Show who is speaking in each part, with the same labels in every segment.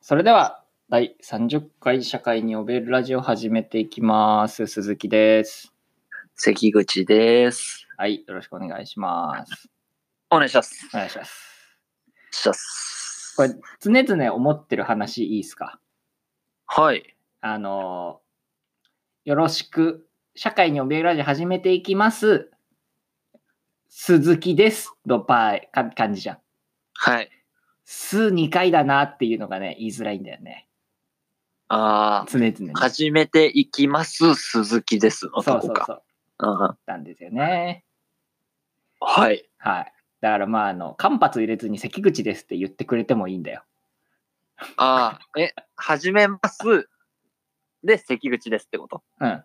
Speaker 1: それでは、第30回社会におべるラジオ始めていきます。鈴木です。
Speaker 2: 関口です。
Speaker 1: はい、よろしくお願いします。
Speaker 2: お願いします。
Speaker 1: お願いします。
Speaker 2: します。
Speaker 1: これ、常々思ってる話いいですか
Speaker 2: はい。
Speaker 1: あのー、よろしく、社会におべるラジオ始めていきます。鈴木です。の場合、か感じじゃん。
Speaker 2: はい。
Speaker 1: す2回だなっていうのがね、言いづらいんだよね。
Speaker 2: あ
Speaker 1: 常々ね。
Speaker 2: あ、始めていきます、鈴木です。の
Speaker 1: そ
Speaker 2: と
Speaker 1: うそ
Speaker 2: こ
Speaker 1: う
Speaker 2: か。
Speaker 1: そう。
Speaker 2: うん
Speaker 1: なんですよね。
Speaker 2: はい。
Speaker 1: はい。だからまあ、あの、間髪入れずに関口ですって言ってくれてもいいんだよ。
Speaker 2: ああ、え、始めます。で、関口ですってこと。
Speaker 1: うん。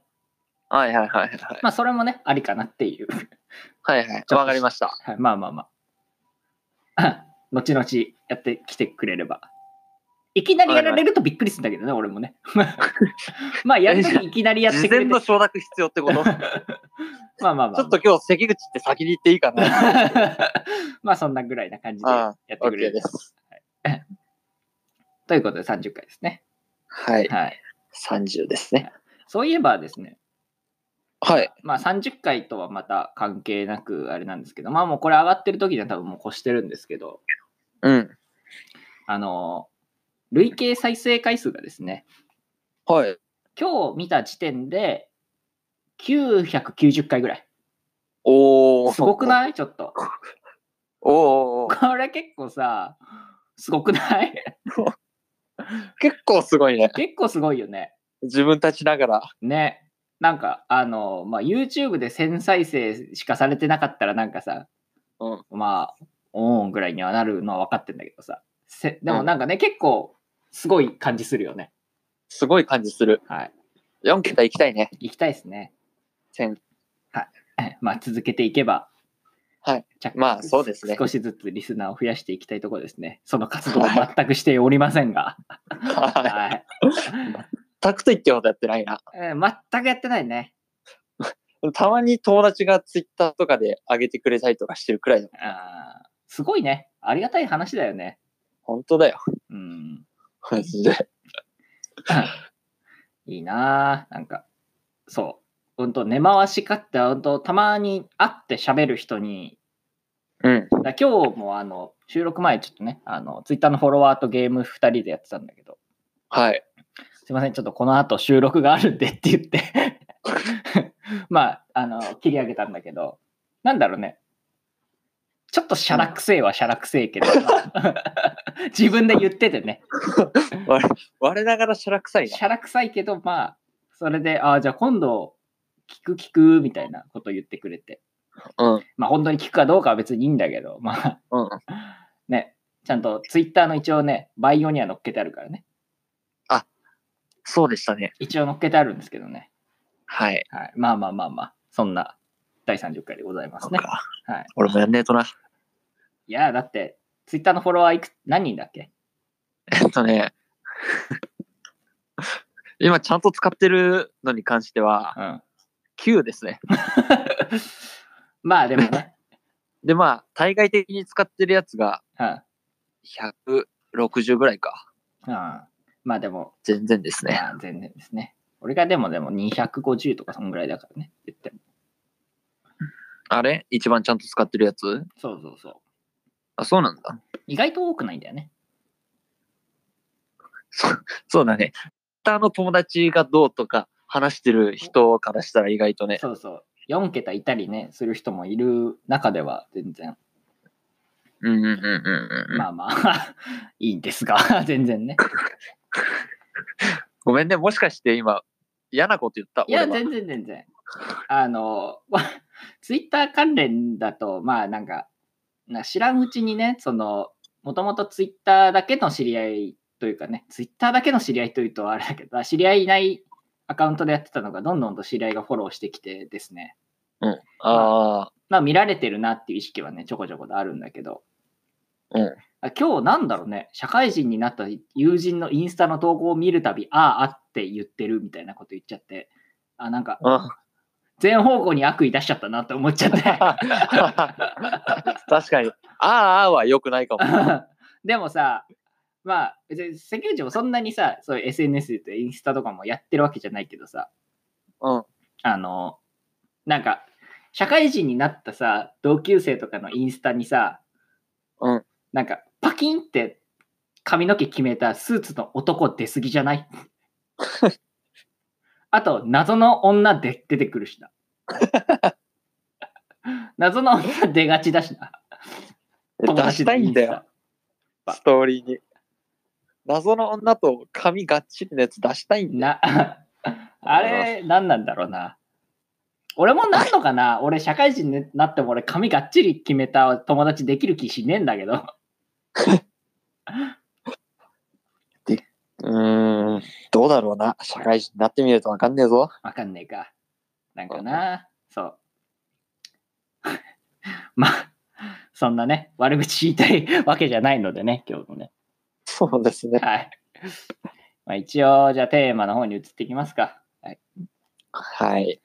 Speaker 1: ま
Speaker 2: はいはいはいはい。
Speaker 1: あ、それもね、ありかなっていう。
Speaker 2: はいはい
Speaker 1: ちょっ。と
Speaker 2: わかりました。
Speaker 1: はい、まあまあまあ。 後々やってきてくれれば。いきなりやられるとびっくりするんだけどね、俺もね。 まあ、やるときいきなりやって
Speaker 2: 事
Speaker 1: くれ
Speaker 2: 前
Speaker 1: て。
Speaker 2: の承諾必要ってこと ち
Speaker 1: まあまあまあ、
Speaker 2: ょっと今日関口って先に言っていい かな。
Speaker 1: まあ、そんなぐらいな感じでや
Speaker 2: あ
Speaker 1: って
Speaker 2: あ、
Speaker 1: くれ
Speaker 2: OK
Speaker 1: る
Speaker 2: で。す。
Speaker 1: ということで30回ですね。
Speaker 2: はい。
Speaker 1: はい。
Speaker 2: 30ですね。
Speaker 1: そういえばですね、
Speaker 2: はい。
Speaker 1: まあ30回とはまた関係なくあれなんですけど、まあもうこれ上がってる時には多分もう越してるんですけど、
Speaker 2: うん。
Speaker 1: あの、累計再生回数がですね、
Speaker 2: はい。
Speaker 1: 今日見た時点で990回ぐらい。
Speaker 2: おー。
Speaker 1: すごくないちょっと。
Speaker 2: おー。
Speaker 1: これ結構さ、すごくない
Speaker 2: 結構すごいね。
Speaker 1: 結構すごいよね。
Speaker 2: 自分たちながら。
Speaker 1: ね。なんか、あの、まあ、YouTube で1000再生しかされてなかったらなんかさ、
Speaker 2: うん
Speaker 1: まあ、オンぐらいにはなるのは分かってんだけどさ。せでもなんかね、結構すごい感じするよね。
Speaker 2: すごい感じする。
Speaker 1: はい。
Speaker 2: 4桁行きたいね。
Speaker 1: 行きたいですね。
Speaker 2: 千
Speaker 1: まあ、続けていけば。
Speaker 2: はい
Speaker 1: 着々。
Speaker 2: まあそうですね
Speaker 1: 少しずつリスナーを増やしていきたいところですね。その活動を全くしておりませんが。
Speaker 2: はい。
Speaker 1: はい。
Speaker 2: タクと言ってほどやってないな。
Speaker 1: えー全くやってないね。
Speaker 2: たまに友達がツイッターとかで上げてくれたりとかしてるくらいだ。
Speaker 1: あーすごいね。ありがたい話だよね。
Speaker 2: 本当だよ。
Speaker 1: うん。
Speaker 2: マジで。
Speaker 1: いいなあなんか、そう。ほんと、根回しかって、ほんと、たまに会って喋る人に、
Speaker 2: うん。
Speaker 1: だ今日もあの、収録前ちょっとね、あの、ツイッターのフォロワーとゲーム2人でやってたんだけど、
Speaker 2: はい。
Speaker 1: すいません、ちょっとこの後収録があるんでって言って、 まあ、あの、切り上げたんだけど、なんだろうね。ちょっとしゃらくせえはしゃらくせえけど、 自分で言っててね、
Speaker 2: 我我ながらしゃらくさいな
Speaker 1: し。ゃらくさいけど、まあ、それで、ああ、じゃあ今度、聞く聞く、みたいなこと言ってくれて。
Speaker 2: うん。
Speaker 1: まあ本当に聞くかどうかは別にいいんだけど、まあ、
Speaker 2: うん。
Speaker 1: ね、ちゃんとツイッターの一応ね、バイオには載っけてあるからね。
Speaker 2: そうでしたね。
Speaker 1: 一応載っけてあるんですけどね。
Speaker 2: はい。
Speaker 1: はい。まあまあまあまあ、そんな第30回でございま
Speaker 2: そ
Speaker 1: す
Speaker 2: っ
Speaker 1: ね。
Speaker 2: か。
Speaker 1: はい
Speaker 2: 俺もやんねえとな。
Speaker 1: いや、だって、ツイッターのフォロワーいく何人だっけ
Speaker 2: えっとね。 今ちゃんと使ってるのに関しては
Speaker 1: うん。
Speaker 2: 9ですね。
Speaker 1: まあでもね、
Speaker 2: でまあ対外的に使ってるやつが
Speaker 1: うん。
Speaker 2: 160ぐらいか。
Speaker 1: うんまあでも、
Speaker 2: 全然ですね。
Speaker 1: まあ、全然ですね。俺がでもでも250とかそんぐらいだからね、言っても。
Speaker 2: あれ一番ちゃんと使ってるやつ
Speaker 1: そうそうそう。
Speaker 2: あ、そうなんだ。
Speaker 1: 意外と多くないんだよね。
Speaker 2: そうだね。他の友達がどうとか話してる人からしたら意外とね。
Speaker 1: そうそう。4桁いたりね、する人もいる中では全然、
Speaker 2: うんうんうんうんうん。
Speaker 1: まあまあ、 いいんですが、 全然ね。
Speaker 2: ごめんね、もしかして今、嫌なこと言った
Speaker 1: いや、
Speaker 2: 俺は
Speaker 1: 全然全然。あの、 ツイッター関連だと、まあなんか、な知らんうちにね、その、もともとツイッターだけの知り合いというかね、ツイッターだけの知り合いというとあれだけど、知り合いいないアカウントでやってたのが、どんどんと知り合いがフォローしてきてですね、
Speaker 2: あ
Speaker 1: まあ見られてるなっていう意識はね、ちょこちょことあるんだけど、
Speaker 2: うん
Speaker 1: あ今日なんだろうね、社会人になった友人のインスタの投稿を見るたび、ああ、あって言ってるみたいなこと言っちゃって、あ、なんか、
Speaker 2: あ。
Speaker 1: 全方向に悪意出しちゃったなって思っちゃって
Speaker 2: 確かに。あーあーは良くないかも。
Speaker 1: でもさまあ、別に関口もそんなにさ、そういう SNS で言うとインスタとかもやってるわけじゃないけどさ、
Speaker 2: うん。
Speaker 1: あの、なんか、社会人になったさ、同級生とかのインスタにさ、
Speaker 2: うん。
Speaker 1: なんか、パキンって髪の毛決めたスーツの男出すぎじゃない あと、謎の女で出てくる しな。謎の女出がちだしな。友
Speaker 2: 出
Speaker 1: 達
Speaker 2: し
Speaker 1: の
Speaker 2: たい
Speaker 1: イ
Speaker 2: ん
Speaker 1: ン
Speaker 2: だ
Speaker 1: ス
Speaker 2: よ
Speaker 1: タ。。タ
Speaker 2: ストーリーに。謎の女と髪がっちりのやつ出したいんだ。
Speaker 1: な、 あれ、何なんだろうな。俺もなんのかな俺、社会人になっても俺、髪がっちり決めた友達できる気しねえんだけど。
Speaker 2: うーん。どうだろうな。社会人になってみるとわかんねえぞ。
Speaker 1: わかんねえか。なんかな。そう。 まあ、そんなね、悪口言いたいわけじゃないのでね、今日もね。
Speaker 2: そうですね。
Speaker 1: はい。まあ、一応、じゃあテーマの方に移っていきますか。はい。
Speaker 2: はい。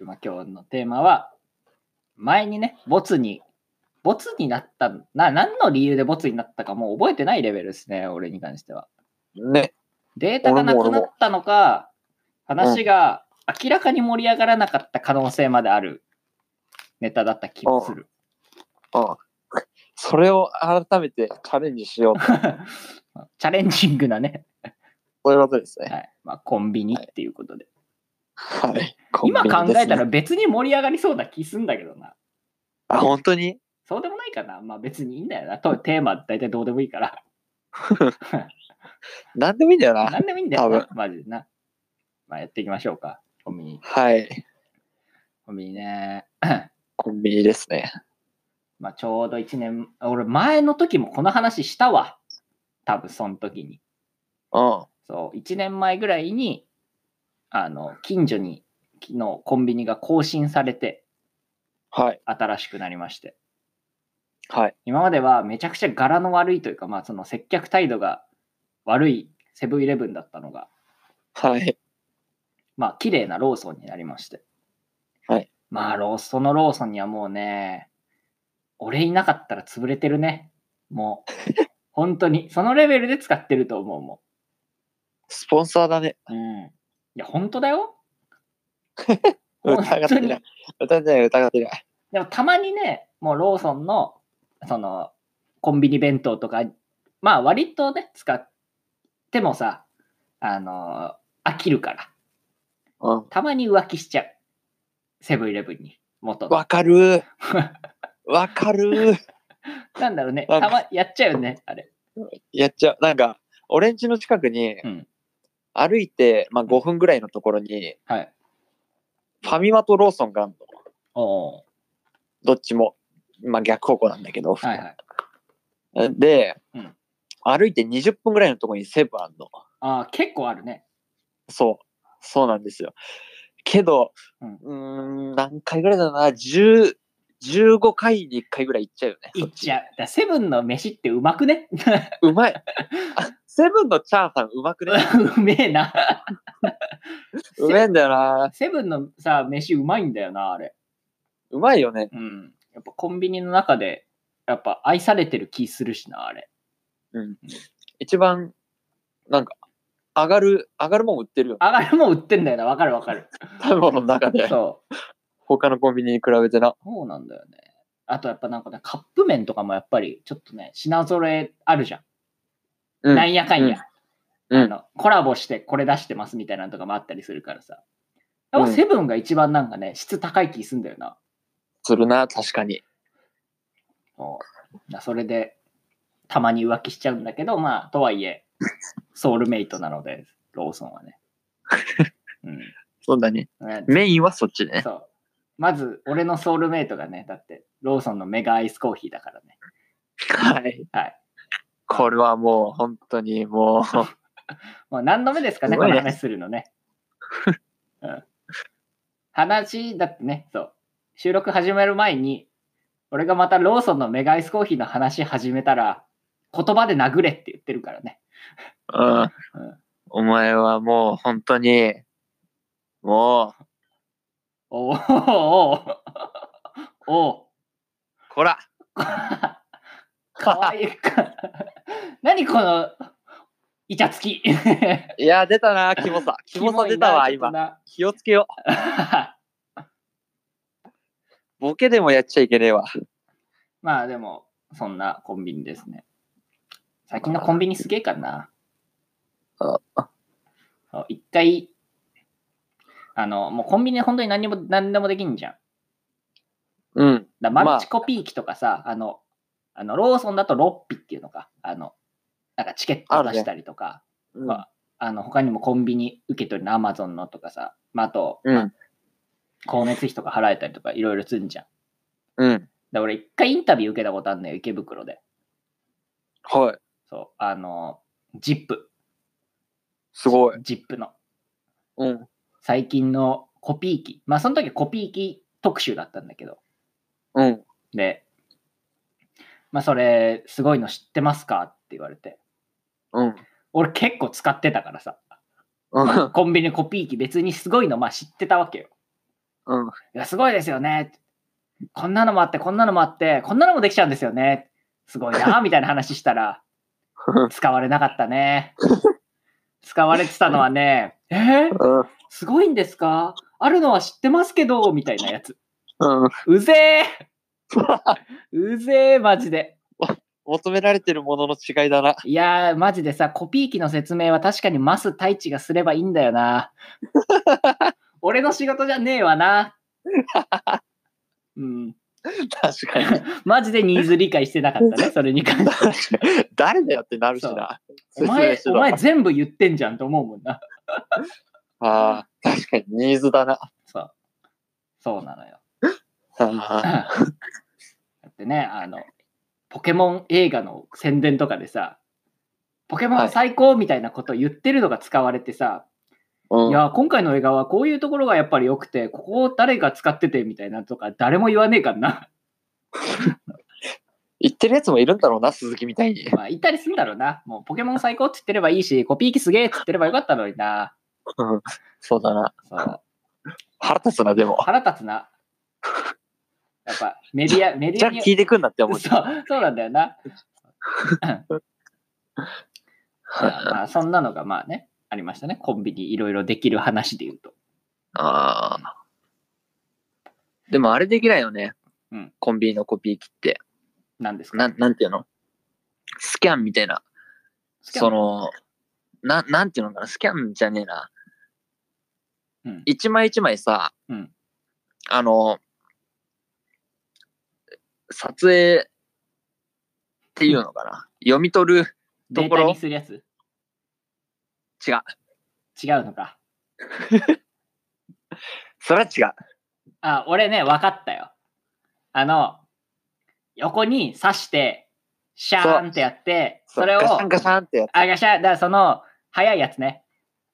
Speaker 1: まあ、今日のテーマは、前にね、ボツに、ボツになった、な、何の理由でボツになったかもう覚えてないレベルですね、俺に関しては。
Speaker 2: ね。
Speaker 1: データがなくなったのか、話が明らかに盛り上がらなかった可能性まであるネタだった気がする。
Speaker 2: うん。それを改めてチャレンジしようと。
Speaker 1: チャレンジングなね、
Speaker 2: そういうことですね。
Speaker 1: はいまあ、コンビニっていうことで。
Speaker 2: はい。
Speaker 1: 今考えたら
Speaker 2: コンビニですね。
Speaker 1: 別に盛り上がりそうな気すんだけどな。
Speaker 2: あ、本当に
Speaker 1: そうでもないかな。まあ別にいいんだよな。とテーマ大体どうでもいい から。
Speaker 2: 何でもいいんだよな。
Speaker 1: なんでもいいんだよ
Speaker 2: 多
Speaker 1: な、マジでな。まあ、やっていきましょうか。コンビニ。
Speaker 2: はい。
Speaker 1: コンビニね。
Speaker 2: コンビニですね。
Speaker 1: まあ、ちょうど1年、俺、前の時もこの話したわ。多分、その時に。
Speaker 2: うん。
Speaker 1: そう、1年前ぐらいに、あの、近所に、昨日、コンビニが更新されて、
Speaker 2: はい。
Speaker 1: 新しくなりまして。
Speaker 2: はい。
Speaker 1: 今まではめちゃくちゃ柄の悪いというか、まあ、その接客態度が悪いセブンイレブンだったのが、
Speaker 2: はい。
Speaker 1: まあ、綺麗なローソンになりまして。
Speaker 2: はい。
Speaker 1: まあ、ローそのローソンにはもうね、俺いなかったら潰れてるね。もう、 本当に、そのレベルで使ってると思うも
Speaker 2: スポンサーだね。
Speaker 1: ん。うん。いや、本当だよ。
Speaker 2: 疑ってない。疑ってない、疑ってない。
Speaker 1: でも、たまにね、もうローソンの、その、コンビニ弁当とか、まあ、割とね、使ってもさ、あの、飽きるから、
Speaker 2: うん。
Speaker 1: たまに浮気しちゃう。セブンイレブンに、元の。
Speaker 2: わ かるー。わかるー。
Speaker 1: なんだろうね、
Speaker 2: なんか
Speaker 1: たま、やっちゃうよね、あれ。
Speaker 2: やっちゃう。なんか、オレンジの近くに
Speaker 1: うん、
Speaker 2: 歩いて、まあ5分ぐらいのところに、
Speaker 1: はい。
Speaker 2: ファミマとローソンがあるの。
Speaker 1: おお
Speaker 2: どっちも。まあ逆方向なんだけど。
Speaker 1: ー。はいはい。
Speaker 2: で、
Speaker 1: うん
Speaker 2: 歩いて20分ぐらいのところにセブンあんの。
Speaker 1: ああ、結構あるね。
Speaker 2: そう。そうなんですよ。けど、
Speaker 1: う
Speaker 2: うんーん、何回ぐらいだろうな。10、15回に1回ぐらい行っちゃうよね。
Speaker 1: いっちゃう。だからセブンの飯ってうまくね
Speaker 2: うまい。あ、セブンのチャーハンうまくね。
Speaker 1: うめえな。
Speaker 2: うめえんだよな。
Speaker 1: セブンのさ、飯うまいんだよな、あれ。
Speaker 2: うまいよね。
Speaker 1: うん。やっぱコンビニの中で、やっぱ愛されてる気するしな、あれ。
Speaker 2: 一番、なんか、上がる、上がるもん売ってるよね。
Speaker 1: あがるもん売ってんだよな、わかるわか る。
Speaker 2: 食べ物の中で。
Speaker 1: そう。
Speaker 2: 他のコンビニに比べてな。
Speaker 1: そうなんだよね。あとやっぱなんかね、カップ麺とかもやっぱりちょっとね、品揃えあるじゃん。
Speaker 2: うん
Speaker 1: なんやかんや、
Speaker 2: うん
Speaker 1: あの。コラボしてこれ出してますみたいなのとかもあったりするからさ。やっぱ
Speaker 2: うん
Speaker 1: セブンが一番なんかね、質高い気すんだよな。
Speaker 2: するな、確かに。
Speaker 1: そうだそれで、たまに浮気しちゃうんだけど、まあ、とはいえ、ソウルメイトなので、ローソンは ね。うん
Speaker 2: そうだね。
Speaker 1: ね
Speaker 2: メインはそっちね。
Speaker 1: そう。まず、俺のソウルメイトがね、だって、ローソンのメガアイスコーヒーだからね。
Speaker 2: はい。
Speaker 1: はい。
Speaker 2: これはもう、本当にもう、
Speaker 1: もう何度目ですかね、
Speaker 2: す
Speaker 1: こ
Speaker 2: ごい
Speaker 1: の
Speaker 2: ね
Speaker 1: 話するの ね。うん、話、だってね、そう。収録始める前に、俺がまたローソンのメガアイスコーヒーの話始めたら、言葉で殴れって言ってるからね。
Speaker 2: うん。お前はもう、本当に、もう、
Speaker 1: おおおおお
Speaker 2: こら、
Speaker 1: かわいいか。何このイチャつき。
Speaker 2: いや、出たな、キモさ。 キモさ出たわ、
Speaker 1: キモい
Speaker 2: 今。
Speaker 1: な
Speaker 2: 気をつけよう。
Speaker 1: ちょっとな
Speaker 2: ボケでもやっちゃいけねえわ。
Speaker 1: まあでも、そんなコンビニですね。最近のコンビニすげえかな。
Speaker 2: あ
Speaker 1: そう一回、あの、もうコンビニ本当に何にも、何でもできんじゃん。
Speaker 2: うん。
Speaker 1: だマルチコピー機とかさ、あの、あのローソンだとロッピっていうのか、あの、なんかチケットを出したりとか、
Speaker 2: うん
Speaker 1: まああの、他にもコンビニ受け取りのアマゾンのとかさ、まあ、あと、
Speaker 2: うん。
Speaker 1: 光熱費とか払えたりとかいろいろすんじゃん。
Speaker 2: うん。
Speaker 1: だ俺一回インタビュー受けたことあるのよ、池袋で。
Speaker 2: はい。
Speaker 1: そう、あの、ジップ、
Speaker 2: すごい。
Speaker 1: ジップの
Speaker 2: うん。
Speaker 1: 最近のコピー機。まあその時コピー機特集だったんだけど、
Speaker 2: うん。
Speaker 1: で、まあそれすごいの知ってますかって言われて、
Speaker 2: うん。
Speaker 1: 俺結構使ってたからさ、
Speaker 2: うん。
Speaker 1: コンビニコピー機別にすごいのまあ知ってたわけよ。
Speaker 2: うん。
Speaker 1: いや、すごいですよね。こんなのもあって、こんなのもあって、こんなのもできちゃうんですよね。すごいな、みたいな話したら、使われなかったね。使われてたのはね、えー、すごいんですかあるのは知ってますけど、みたいなやつ。
Speaker 2: うん。
Speaker 1: うぜえうぜえ、マジで。
Speaker 2: 求められてるものの違いだな。
Speaker 1: いやー、マジでさ、コピー機の説明は確かにマス太一がすればいいんだよ な。俺の仕事じゃねえわ な。うん、
Speaker 2: 確かに。
Speaker 1: マジでニーズ理解してなかったね、それに関して。
Speaker 2: 確かに誰だよってなるしな。
Speaker 1: お前、
Speaker 2: 説
Speaker 1: お
Speaker 2: 明
Speaker 1: 前
Speaker 2: しろ
Speaker 1: 全部言ってんじゃんと思うもんな。
Speaker 2: ああ、確かにニーズだな。
Speaker 1: そう。そうな のよ。
Speaker 2: あ
Speaker 1: だってね、あの、ポケモン映画の宣伝とかでさ、ポケモン最高みたいなこと言ってるのが使われてさ、
Speaker 2: あ、うん
Speaker 1: いや、今回の映画はこういうところがやっぱり良くて、ここを誰が使っててみたいなとか、誰も言わねえからな。
Speaker 2: 言ってるやつもいるんだろうな、鈴木みたいに。
Speaker 1: まあ、言ったりすんだろうな。もう、ポケモン最高って言ってればいいし、コピー機すげえって言ってればよかったのにな。
Speaker 2: うんそうだな。
Speaker 1: そう。
Speaker 2: 腹立つな、でも。
Speaker 1: 腹立つな。やっぱ、メディア、メデ
Speaker 2: じ
Speaker 1: ィ
Speaker 2: ゃ
Speaker 1: ア
Speaker 2: あ
Speaker 1: に。
Speaker 2: 聞いてくんなって思う。
Speaker 1: そう、そうなんだよ な。まあ、そんなのが、まあね、ありましたね。コンビニいろいろできる話で言うと。
Speaker 2: ああ。でもあれできないよね。
Speaker 1: うん
Speaker 2: コンビニのコピー機って。
Speaker 1: なんですか
Speaker 2: なん、なんていうのスキャンみたいな。
Speaker 1: スキャン
Speaker 2: その、な、なんていうのかな。スキャンじゃねえな。
Speaker 1: うん。
Speaker 2: 一枚一枚さ、
Speaker 1: うん
Speaker 2: あの、撮影っていうのかな。読み取る、
Speaker 1: データにするやつ
Speaker 2: 違う。
Speaker 1: 違うのか。
Speaker 2: それは違う。
Speaker 1: あ、俺ね、分かったよ。あの、横に刺して、シャーンってやって、それを、
Speaker 2: ガシャンガシャンってやつ。
Speaker 1: あ、ガシャン、だからその、早いやつね。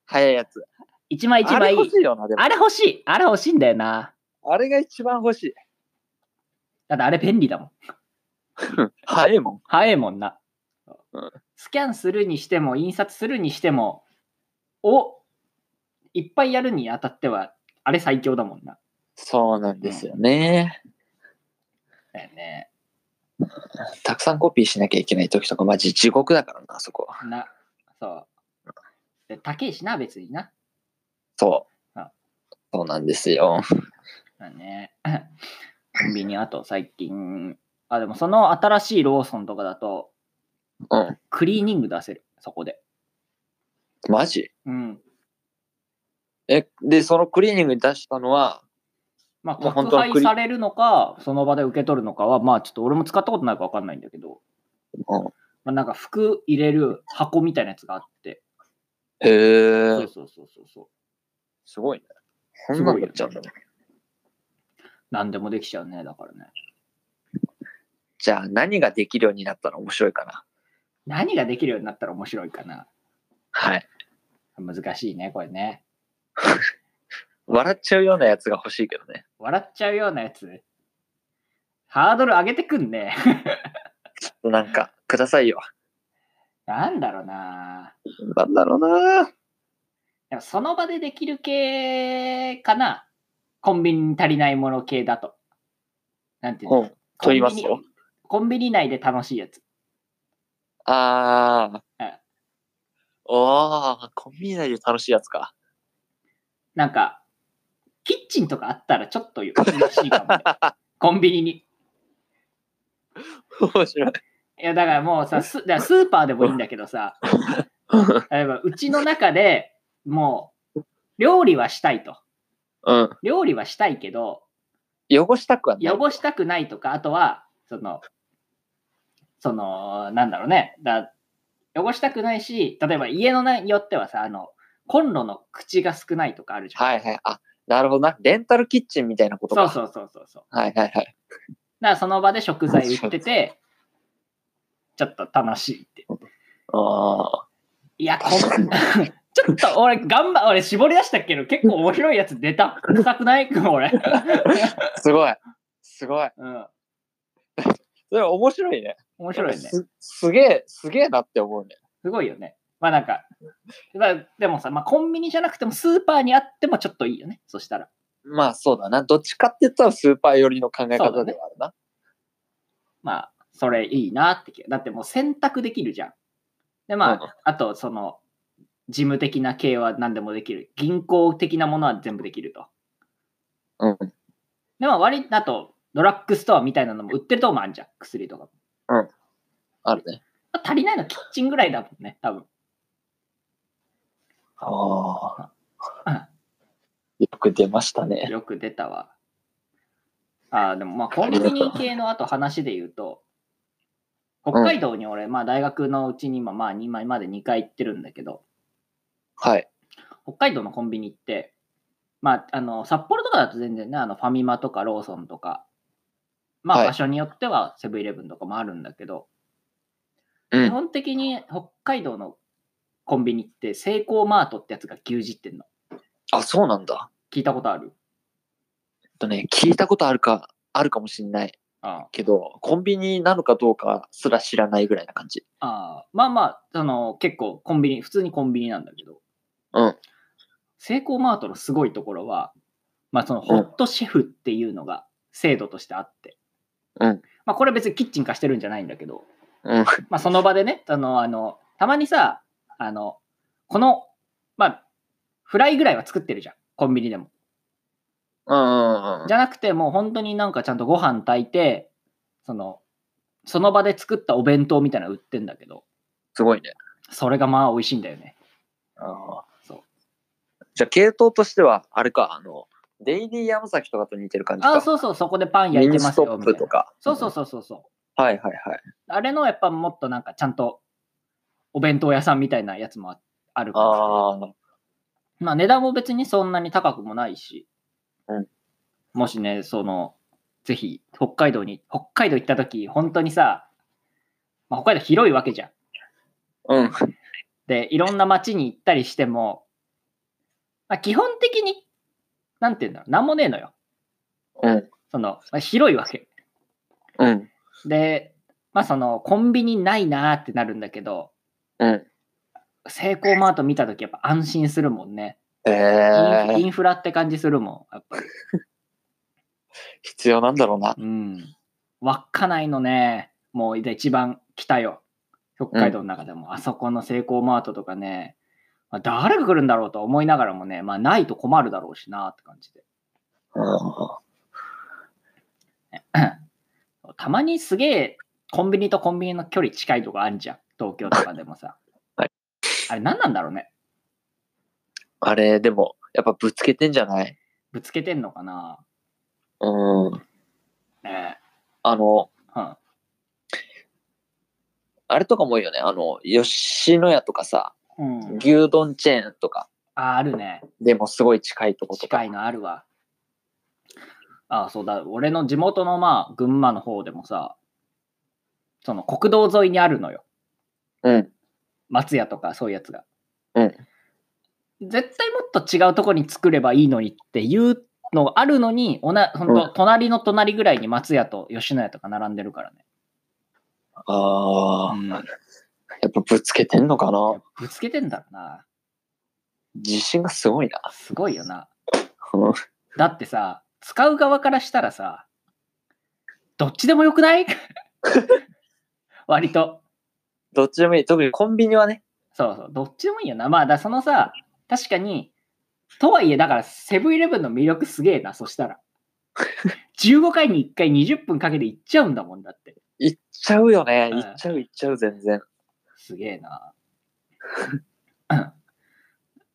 Speaker 2: 早いやつ。
Speaker 1: 一枚一
Speaker 2: あ
Speaker 1: 枚。
Speaker 2: れ欲しいよな、でも。
Speaker 1: あれ欲しい。あれ欲しいんだよな。
Speaker 2: あれが一番欲しい。
Speaker 1: だってあれ便利だもん。
Speaker 2: 早いもん。
Speaker 1: 早いもんな
Speaker 2: うん。
Speaker 1: スキャンするにしても、印刷するにしても、を、いっぱいやるにあたっては、あれ最強だもんな。
Speaker 2: そうなんですよね。
Speaker 1: だよね。
Speaker 2: たくさんコピーしなきゃいけない時とか、マジ地獄だからな、あそこ。
Speaker 1: な、そう。で高いしな、別にな。
Speaker 2: そう
Speaker 1: あ。
Speaker 2: そうなんですよ。
Speaker 1: だね。 コンビニあと最近、あ、でもその新しいローソンとかだと、
Speaker 2: うん。
Speaker 1: クリーニング出せる、そこで。
Speaker 2: マジ
Speaker 1: うん。
Speaker 2: え、で、そのクリーニングに出したのは、
Speaker 1: まあ、
Speaker 2: まあ本
Speaker 1: 宅
Speaker 2: 当はク
Speaker 1: 配
Speaker 2: リ
Speaker 1: されるのか、その場で受け取るのかは、まあちょっと俺も使ったことないから分かんないんだけど、
Speaker 2: うん。
Speaker 1: まあ、なんか服入れる箱みたいなやつがあって、
Speaker 2: へ
Speaker 1: そう
Speaker 2: え。
Speaker 1: そうそうそうそう。
Speaker 2: すごいね。こ
Speaker 1: す
Speaker 2: んな
Speaker 1: ご
Speaker 2: ん
Speaker 1: い
Speaker 2: な
Speaker 1: よ
Speaker 2: っちゃうんだね。
Speaker 1: 何でもできちゃうね、だからね。
Speaker 2: じゃあ何ができるようになったら面白いかな。
Speaker 1: 何ができるようになったら面白いかな。
Speaker 2: はい。
Speaker 1: 難しいね、これね。
Speaker 2: 笑っちゃうようなやつが欲しいけどね。
Speaker 1: 笑っちゃうようなやつ。ハードル上げてくんね。
Speaker 2: なんか、くださいよ。
Speaker 1: なんだろうな。
Speaker 2: なんだろうな
Speaker 1: でもその場でできる系かな。コンビニに足りないもの系だと。なんていうの
Speaker 2: うん。と言います
Speaker 1: コン
Speaker 2: よ
Speaker 1: ビニ。コンビニ内で楽しいやつ。
Speaker 2: あ
Speaker 1: う
Speaker 2: ー
Speaker 1: ん。
Speaker 2: ああ、コンビニ内で楽しいやつか。
Speaker 1: なんか、キッチンとかあったらちょっと 嬉しいかもね、コンビニに。
Speaker 2: 面白い。
Speaker 1: いや、だからもうさ、スだからスーパーでもいいんだけどさ、例えば、うちの中でもう、料理はしたいと。
Speaker 2: うん。
Speaker 1: 料理はしたいけど、
Speaker 2: 汚したくはない。
Speaker 1: 汚したくないとか、あとは、その、その、なんだろうね。だ汚したくないし、例えば家の内によってはさ、あの、コンロの口が少ないとかあるじゃん。
Speaker 2: はいはい。あ、なるほどな。レンタルキッチンみたいなこと
Speaker 1: そう
Speaker 2: か。
Speaker 1: そうそうそうそう。
Speaker 2: はいはいはい。
Speaker 1: だからその場で食材売ってて、 ちょっと楽しいって。
Speaker 2: あ
Speaker 1: いや、こん ちょっと俺、頑張、俺絞り出したっけど、結構面白いやつ出た。臭くない俺。
Speaker 2: あ。すごい。すごい。
Speaker 1: うん。
Speaker 2: それ面白いね。
Speaker 1: 面白いね。
Speaker 2: すすげえ、すげえなって思うね。
Speaker 1: すごいよね。まあなんか、まあ、でもさ、まあ、コンビニじゃなくてもスーパーにあってもちょっといいよね。そしたら。
Speaker 2: まあそうだな。どっちかって言ったらスーパー寄りの考え
Speaker 1: そうだ
Speaker 2: 方
Speaker 1: ね
Speaker 2: ではあるな。
Speaker 1: まあ、それいいなって気が。だってもう選択できるじゃん。で、ま
Speaker 2: うん
Speaker 1: あ、あとその、事務的な系は何でもできる。銀行的なものは全部できると。
Speaker 2: うん。
Speaker 1: でも割だと、ドラッグストアみたいなのも売ってるとこもあるじゃん。薬とかも。
Speaker 2: あるね。
Speaker 1: まあ足りないのはキッチンぐらいだもんね、多分。
Speaker 2: あ
Speaker 1: うん
Speaker 2: あ。よく出ましたね。
Speaker 1: よく出たわ。ああ、でもまあコンビニ系のあと話で言うと、北海道に俺、まあ大学のうちに今、まあ今まで2回行ってるんだけど、
Speaker 2: はい。
Speaker 1: 北海道のコンビニって、まあ、あの、札幌とかだと全然ね、あの、ファミマとかローソンとか、まあ
Speaker 2: はい
Speaker 1: 場所によってはセブンイレブンとかもあるんだけど、
Speaker 2: う
Speaker 1: 基。本的に北海道のコンビニって、セイコーマートってやつが牛耳ってんの。
Speaker 2: あ、そうなんだ。
Speaker 1: 聞いたことある
Speaker 2: えっとね、聞いたことあるか、あるかもしんない
Speaker 1: あ
Speaker 2: けど、コンビニなのかどうかすら知らないぐらいな感じ。
Speaker 1: ああまあまあ、その結構コンビニ、普通にコンビニなんだけど、
Speaker 2: うん。
Speaker 1: セイコーマートのすごいところは、まあそのホットシェフっていうのが制度としてあって、
Speaker 2: うん。
Speaker 1: まあこれ別にキッチン化してるんじゃないんだけど、
Speaker 2: うん。
Speaker 1: まあその場でね、あの、あの、たまにさ、あの、この、まあ、フライぐらいは作ってるじゃん、コンビニでも。
Speaker 2: うん。
Speaker 1: じゃなくて、もう本当になんかちゃんとご飯炊いて、その、その場で作ったお弁当みたいなの売ってんだけど、
Speaker 2: すごいね。
Speaker 1: それがまあ美味しいんだよね。
Speaker 2: ああ。
Speaker 1: そう
Speaker 2: じゃあ、系統としては、あれか、あの、デイリー山崎とかと似てる感じか。
Speaker 1: あそうそう、そこでパン
Speaker 2: ミ
Speaker 1: 焼いて
Speaker 2: ニ
Speaker 1: ま
Speaker 2: ス
Speaker 1: す
Speaker 2: ト
Speaker 1: よ。
Speaker 2: ッ
Speaker 1: みたい
Speaker 2: プ
Speaker 1: な
Speaker 2: とか。
Speaker 1: そうそうそうそうそう。
Speaker 2: はいはいはい。
Speaker 1: あれのやっぱもっとなんかちゃんとお弁当屋さんみたいなやつもああるから
Speaker 2: ああ。
Speaker 1: まあ値段も別にそんなに高くもないし、
Speaker 2: うん
Speaker 1: もしね、その、ぜひ北海道に、北海道行った時、本当にさ、まあ、北海道広いわけじゃん。
Speaker 2: うん。
Speaker 1: で、いろんな街に行ったりしても、まあ、基本的に、なんて言うんだろう、なんもねえのよ。
Speaker 2: うん。
Speaker 1: その、まあ広いわけ。
Speaker 2: うん。
Speaker 1: で、まあその、コンビニないなーってなるんだけど、
Speaker 2: うん。
Speaker 1: セイコーマート見た時やっぱ安心するもんね。イ
Speaker 2: え
Speaker 1: ン
Speaker 2: え
Speaker 1: インフラって感じするもん、やっぱり。
Speaker 2: 必要なんだろうな。
Speaker 1: うん。稚内のね、もう一番北よ。北海道の中でも、あそこのセイコーマートとかね、まあ誰が来るんだろうと思いながらもね、まあないと困るだろうしなって感じで。 たまにすげえコンビニとコンビニの距離近いとこあんじゃん。東京とかでもさ。
Speaker 2: はい
Speaker 1: あれ何なんだろうね。
Speaker 2: あれ、でも、やっぱぶつけてんじゃない
Speaker 1: ぶつけてんのかな
Speaker 2: うん。
Speaker 1: ね
Speaker 2: あの、
Speaker 1: え。うん。
Speaker 2: あれとかも多いよね。あの、吉野家とかさ、
Speaker 1: うん、
Speaker 2: 牛丼チェーンとか
Speaker 1: あ、あるね。
Speaker 2: でもすごい近いとことか。
Speaker 1: 近いのあるわ。あそうだ。俺の地元の、まあ、群馬の方でもさ、その国道沿いにあるのよ。
Speaker 2: うん。
Speaker 1: 松屋とかそういうやつが。
Speaker 2: うん。
Speaker 1: 絶対もっと違うとこに作ればいいのにっていうのあるのに、おなほん
Speaker 2: う
Speaker 1: と隣の隣ぐらいに松屋と吉野家とか並んでるからね。
Speaker 2: ああ、
Speaker 1: うん
Speaker 2: やっぱぶつけてんのかな
Speaker 1: ぶつけてんだろうな。
Speaker 2: 自信がすごいな。
Speaker 1: すごいよな。
Speaker 2: うん
Speaker 1: だってさ、使う側からしたらさ、どっちでもよくない 割と。
Speaker 2: どっちでもいい。特にコンビニはね、
Speaker 1: そうそう、どっちでもいいよな。まあ、だそのさ、確かに、とはいえ、だから、セブンイレブンの魅力すげえな、そしたら。15回に1回20分かけて行っちゃうんだもんだって。
Speaker 2: 行っちゃうよね。
Speaker 1: うん
Speaker 2: 行っちゃう、行っちゃう、全然。
Speaker 1: すげえな。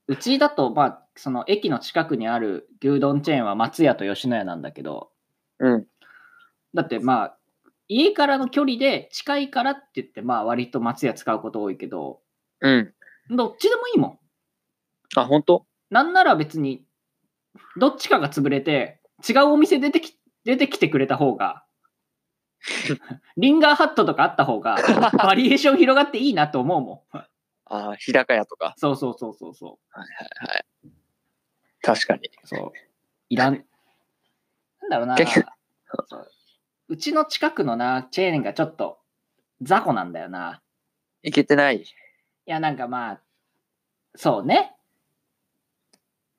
Speaker 1: うちだと、まあ、その駅の近くにある牛丼チェーンは松屋と吉野家なんだけど、
Speaker 2: うん。
Speaker 1: だってまあ、家からの距離で近いからって言って、まあ、割と松屋使うこと多いけど、
Speaker 2: うん。
Speaker 1: どっちでもいいもん。
Speaker 2: あ、本当
Speaker 1: なんなら別に、どっちかが潰れて、違うお店出てき出てきてくれた方が、 リンガーハットとかあった方が、バリエーション広がっていいなと思うもん。
Speaker 2: あー、日高屋とか。
Speaker 1: そうそうそうそうそ
Speaker 2: 確かに。
Speaker 1: う。そういらん。なんだろうな。
Speaker 2: 結
Speaker 1: そううちの近くのな、チェーンがちょっと雑魚なんだよな。
Speaker 2: 行けてない。
Speaker 1: いや、なんかまあ、そうね。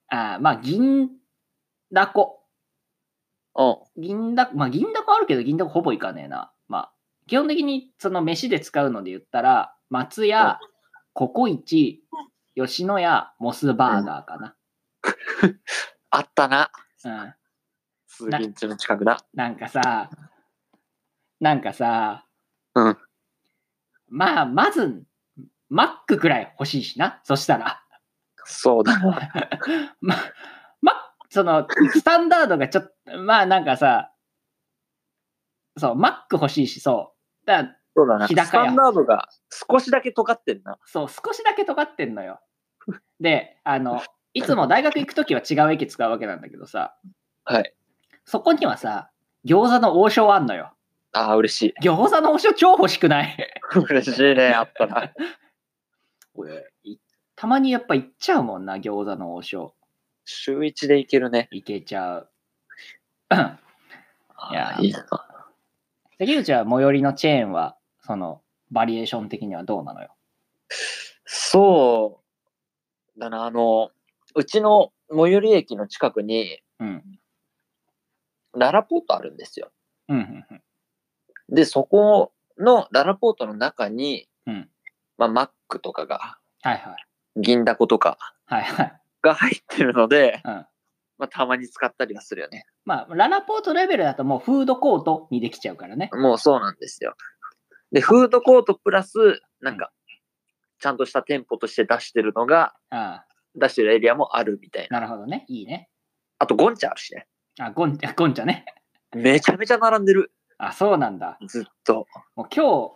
Speaker 1: あーまあ、銀だこ。
Speaker 2: うん。
Speaker 1: 銀だこ、まあ銀だこあるけど銀だこほぼいかねえな。まあ、基本的にその飯で使うので言ったら、松屋、ココイチ、吉野家、モスバーガーかな。
Speaker 2: あったな。
Speaker 1: うん。
Speaker 2: 通勤中の近くだ。
Speaker 1: なんかさ、なんかさ、
Speaker 2: うん。
Speaker 1: まあ、まず、マックくらい欲しいしな。そしたら、
Speaker 2: そうだな。
Speaker 1: ま、ま、その、スタンダードがちょっと、まあなんかさ、そう、マック欲しいし、そう。だから
Speaker 2: そうだな。
Speaker 1: 日
Speaker 2: ス
Speaker 1: 高屋
Speaker 2: タンダードが少しだけ尖ってんな。
Speaker 1: そう、少しだけ尖ってんのよ。で、あの、いつも大学行くときは違う駅使うわけなんだけどさ、
Speaker 2: はい。
Speaker 1: そこにはさ、餃子の王将あんのよ。
Speaker 2: ああ、嬉しい。
Speaker 1: 餃子の王将超欲しくない
Speaker 2: 嬉しいね、あっ たな。
Speaker 1: 俺いたまにやっぱ行っちゃうもんな、餃子の王将。
Speaker 2: 週一で行けるね。
Speaker 1: 行けちゃう。うんいや
Speaker 2: あーいいな。
Speaker 1: 関口は最寄りのチェーンは、その、バリエーション的にはどうなのよ。
Speaker 2: そうだな、あの、うちの最寄り駅の近くに、
Speaker 1: うん。
Speaker 2: ララポートあるんですよ。
Speaker 1: うん、うん、うん。
Speaker 2: で、そこのララポートの中に、
Speaker 1: うん
Speaker 2: まあ、マックとかが、
Speaker 1: はいはい。
Speaker 2: 銀だことか
Speaker 1: はいはい。
Speaker 2: が入ってるので、
Speaker 1: うん。
Speaker 2: まあ、たまに使ったりはするよね。
Speaker 1: まあ、ララポートレベルだともうフードコートにできちゃうからね。
Speaker 2: もうそうなんですよ。で、フードコートプラス、なんか、ちゃんとした店舗として出してるのが、
Speaker 1: あ
Speaker 2: 出してるエリアもあるみたい
Speaker 1: あ、
Speaker 2: な。
Speaker 1: なるほどね。いいね。
Speaker 2: あと、ゴンチャあるしね。
Speaker 1: あ、ゴンちゃん、 ゴンちゃんね。
Speaker 2: めちゃめちゃ並んでる。
Speaker 1: あ、そうなんだ。
Speaker 2: ずっと。
Speaker 1: もう今日、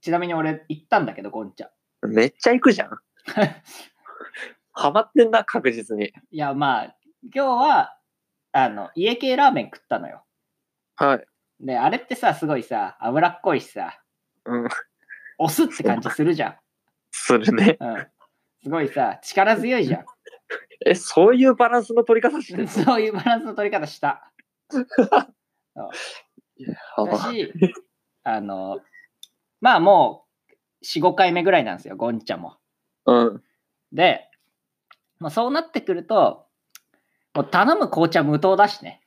Speaker 1: ちなみに俺行ったんだけど、ゴンちゃん。
Speaker 2: めっちゃ行くじゃ ん。ハマってんな、確実に。
Speaker 1: いや、まあ、今日は、あの、家系ラーメン食ったのよ。
Speaker 2: はい。
Speaker 1: で、あれってさ、すごいさ、脂っこいしさ、
Speaker 2: うん。
Speaker 1: お酢って感じするじゃ
Speaker 2: するね。
Speaker 1: ん。うん。すごいさ、力強いじゃ
Speaker 2: え、そういうバランスの取り方してる
Speaker 1: ん。 そういうバランスの取り方した。だ
Speaker 2: あ
Speaker 1: し、 あの、まあもう、4、5回目ぐらいなんですよ、ゴンちゃんも。
Speaker 2: うん。
Speaker 1: で、まあ、そうなってくると、もう頼む紅茶無糖だしね。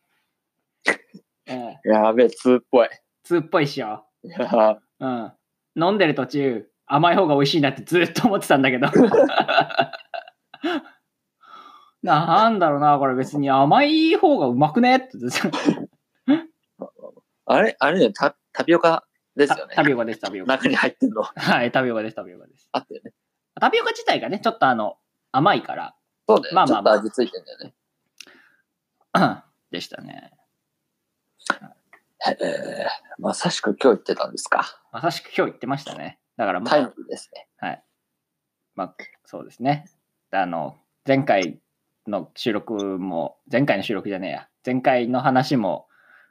Speaker 1: うん、
Speaker 2: やべえ、通っぽい。
Speaker 1: 通っぽいっしょ。
Speaker 2: いや
Speaker 1: うん。飲んでる途中、甘い方が美味しいなってずっと思ってたんだ けど。なんだろうな、これ別に甘い方がうまくねってずっと。
Speaker 2: あれ、あれね、タタピオカですよね
Speaker 1: タ。ピオカです、タピオ カ。
Speaker 2: 中に入ってんの。
Speaker 1: はい、タピオカです、タピオカです。
Speaker 2: あったよね。
Speaker 1: タピオカ自体がね、ちょっとあの、甘いから、
Speaker 2: そうだよね。
Speaker 1: まあまあまあ
Speaker 2: ちょっと味ついてんだよね。
Speaker 1: でしたね。
Speaker 2: えー、まさしく今日言ってたんですか。
Speaker 1: まさしく今日言ってましたね。だから、まあ
Speaker 2: タイムリーですね。
Speaker 1: まあ、そうですね。あの、前回の収録も、前回の収録じゃねえや、前回の話も、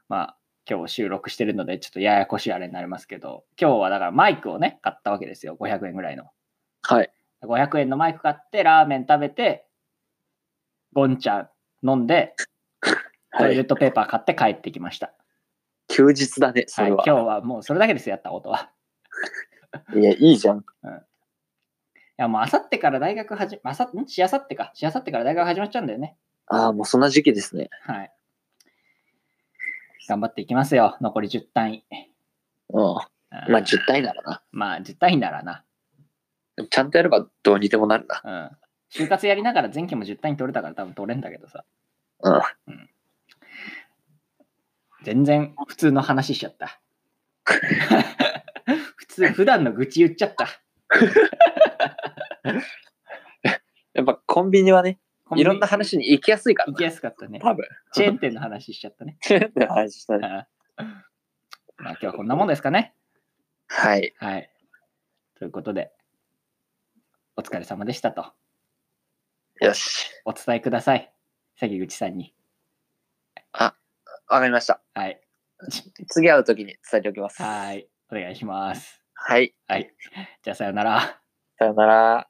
Speaker 1: まあ、今日収録してるので、ちょっとややこしいあれになりますけど、今日はだからマイクをね、買ったわけですよ。500円ぐらいの。
Speaker 2: はい。
Speaker 1: 500円のマイク買って、ラーメン食べて、ゴンちゃん飲んで、トイレッ。トペーパー買って帰ってきました。
Speaker 2: 休日だね、そ
Speaker 1: はい、
Speaker 2: れ
Speaker 1: 今
Speaker 2: は。
Speaker 1: 日はもうそれだけですよ、やったことは。
Speaker 2: いや、いいじゃん。
Speaker 1: いや、もうあさってから大学始ま、あさんしあさってか。しあさってから大学始まっちゃうんだよね。
Speaker 2: ああ、もうそんな時期ですね。
Speaker 1: はい。頑張っていきますよ。残り10単位。
Speaker 2: うん。
Speaker 1: ま
Speaker 2: まあ、10体ならな。
Speaker 1: まあ、10単位ならな。
Speaker 2: でもちゃんとやればどうにでもなるな。
Speaker 1: うん。就活やりながら前期も10単位取れたから多分取れんだけどさ。うん全然普通の話しちゃった。 普通、普段の愚痴言っちゃった。
Speaker 2: やっぱコンビニはね、いろんな話に行きやすいから
Speaker 1: 行
Speaker 2: な
Speaker 1: き。やすかったね。
Speaker 2: 多分。
Speaker 1: チェーン店の話しちゃったね。
Speaker 2: チェーン店の話した
Speaker 1: うん
Speaker 2: ね。
Speaker 1: まあ今日はこんなもんですかね。
Speaker 2: はい。
Speaker 1: はい。ということで、お疲れ様でしたと
Speaker 2: よし。
Speaker 1: お伝えください。関口さんに。
Speaker 2: わかりました。
Speaker 1: はい。
Speaker 2: 次会うときに伝えておきます。
Speaker 1: はい。お願いします。
Speaker 2: はい。
Speaker 1: はい。じゃあさようなら。
Speaker 2: さよなら。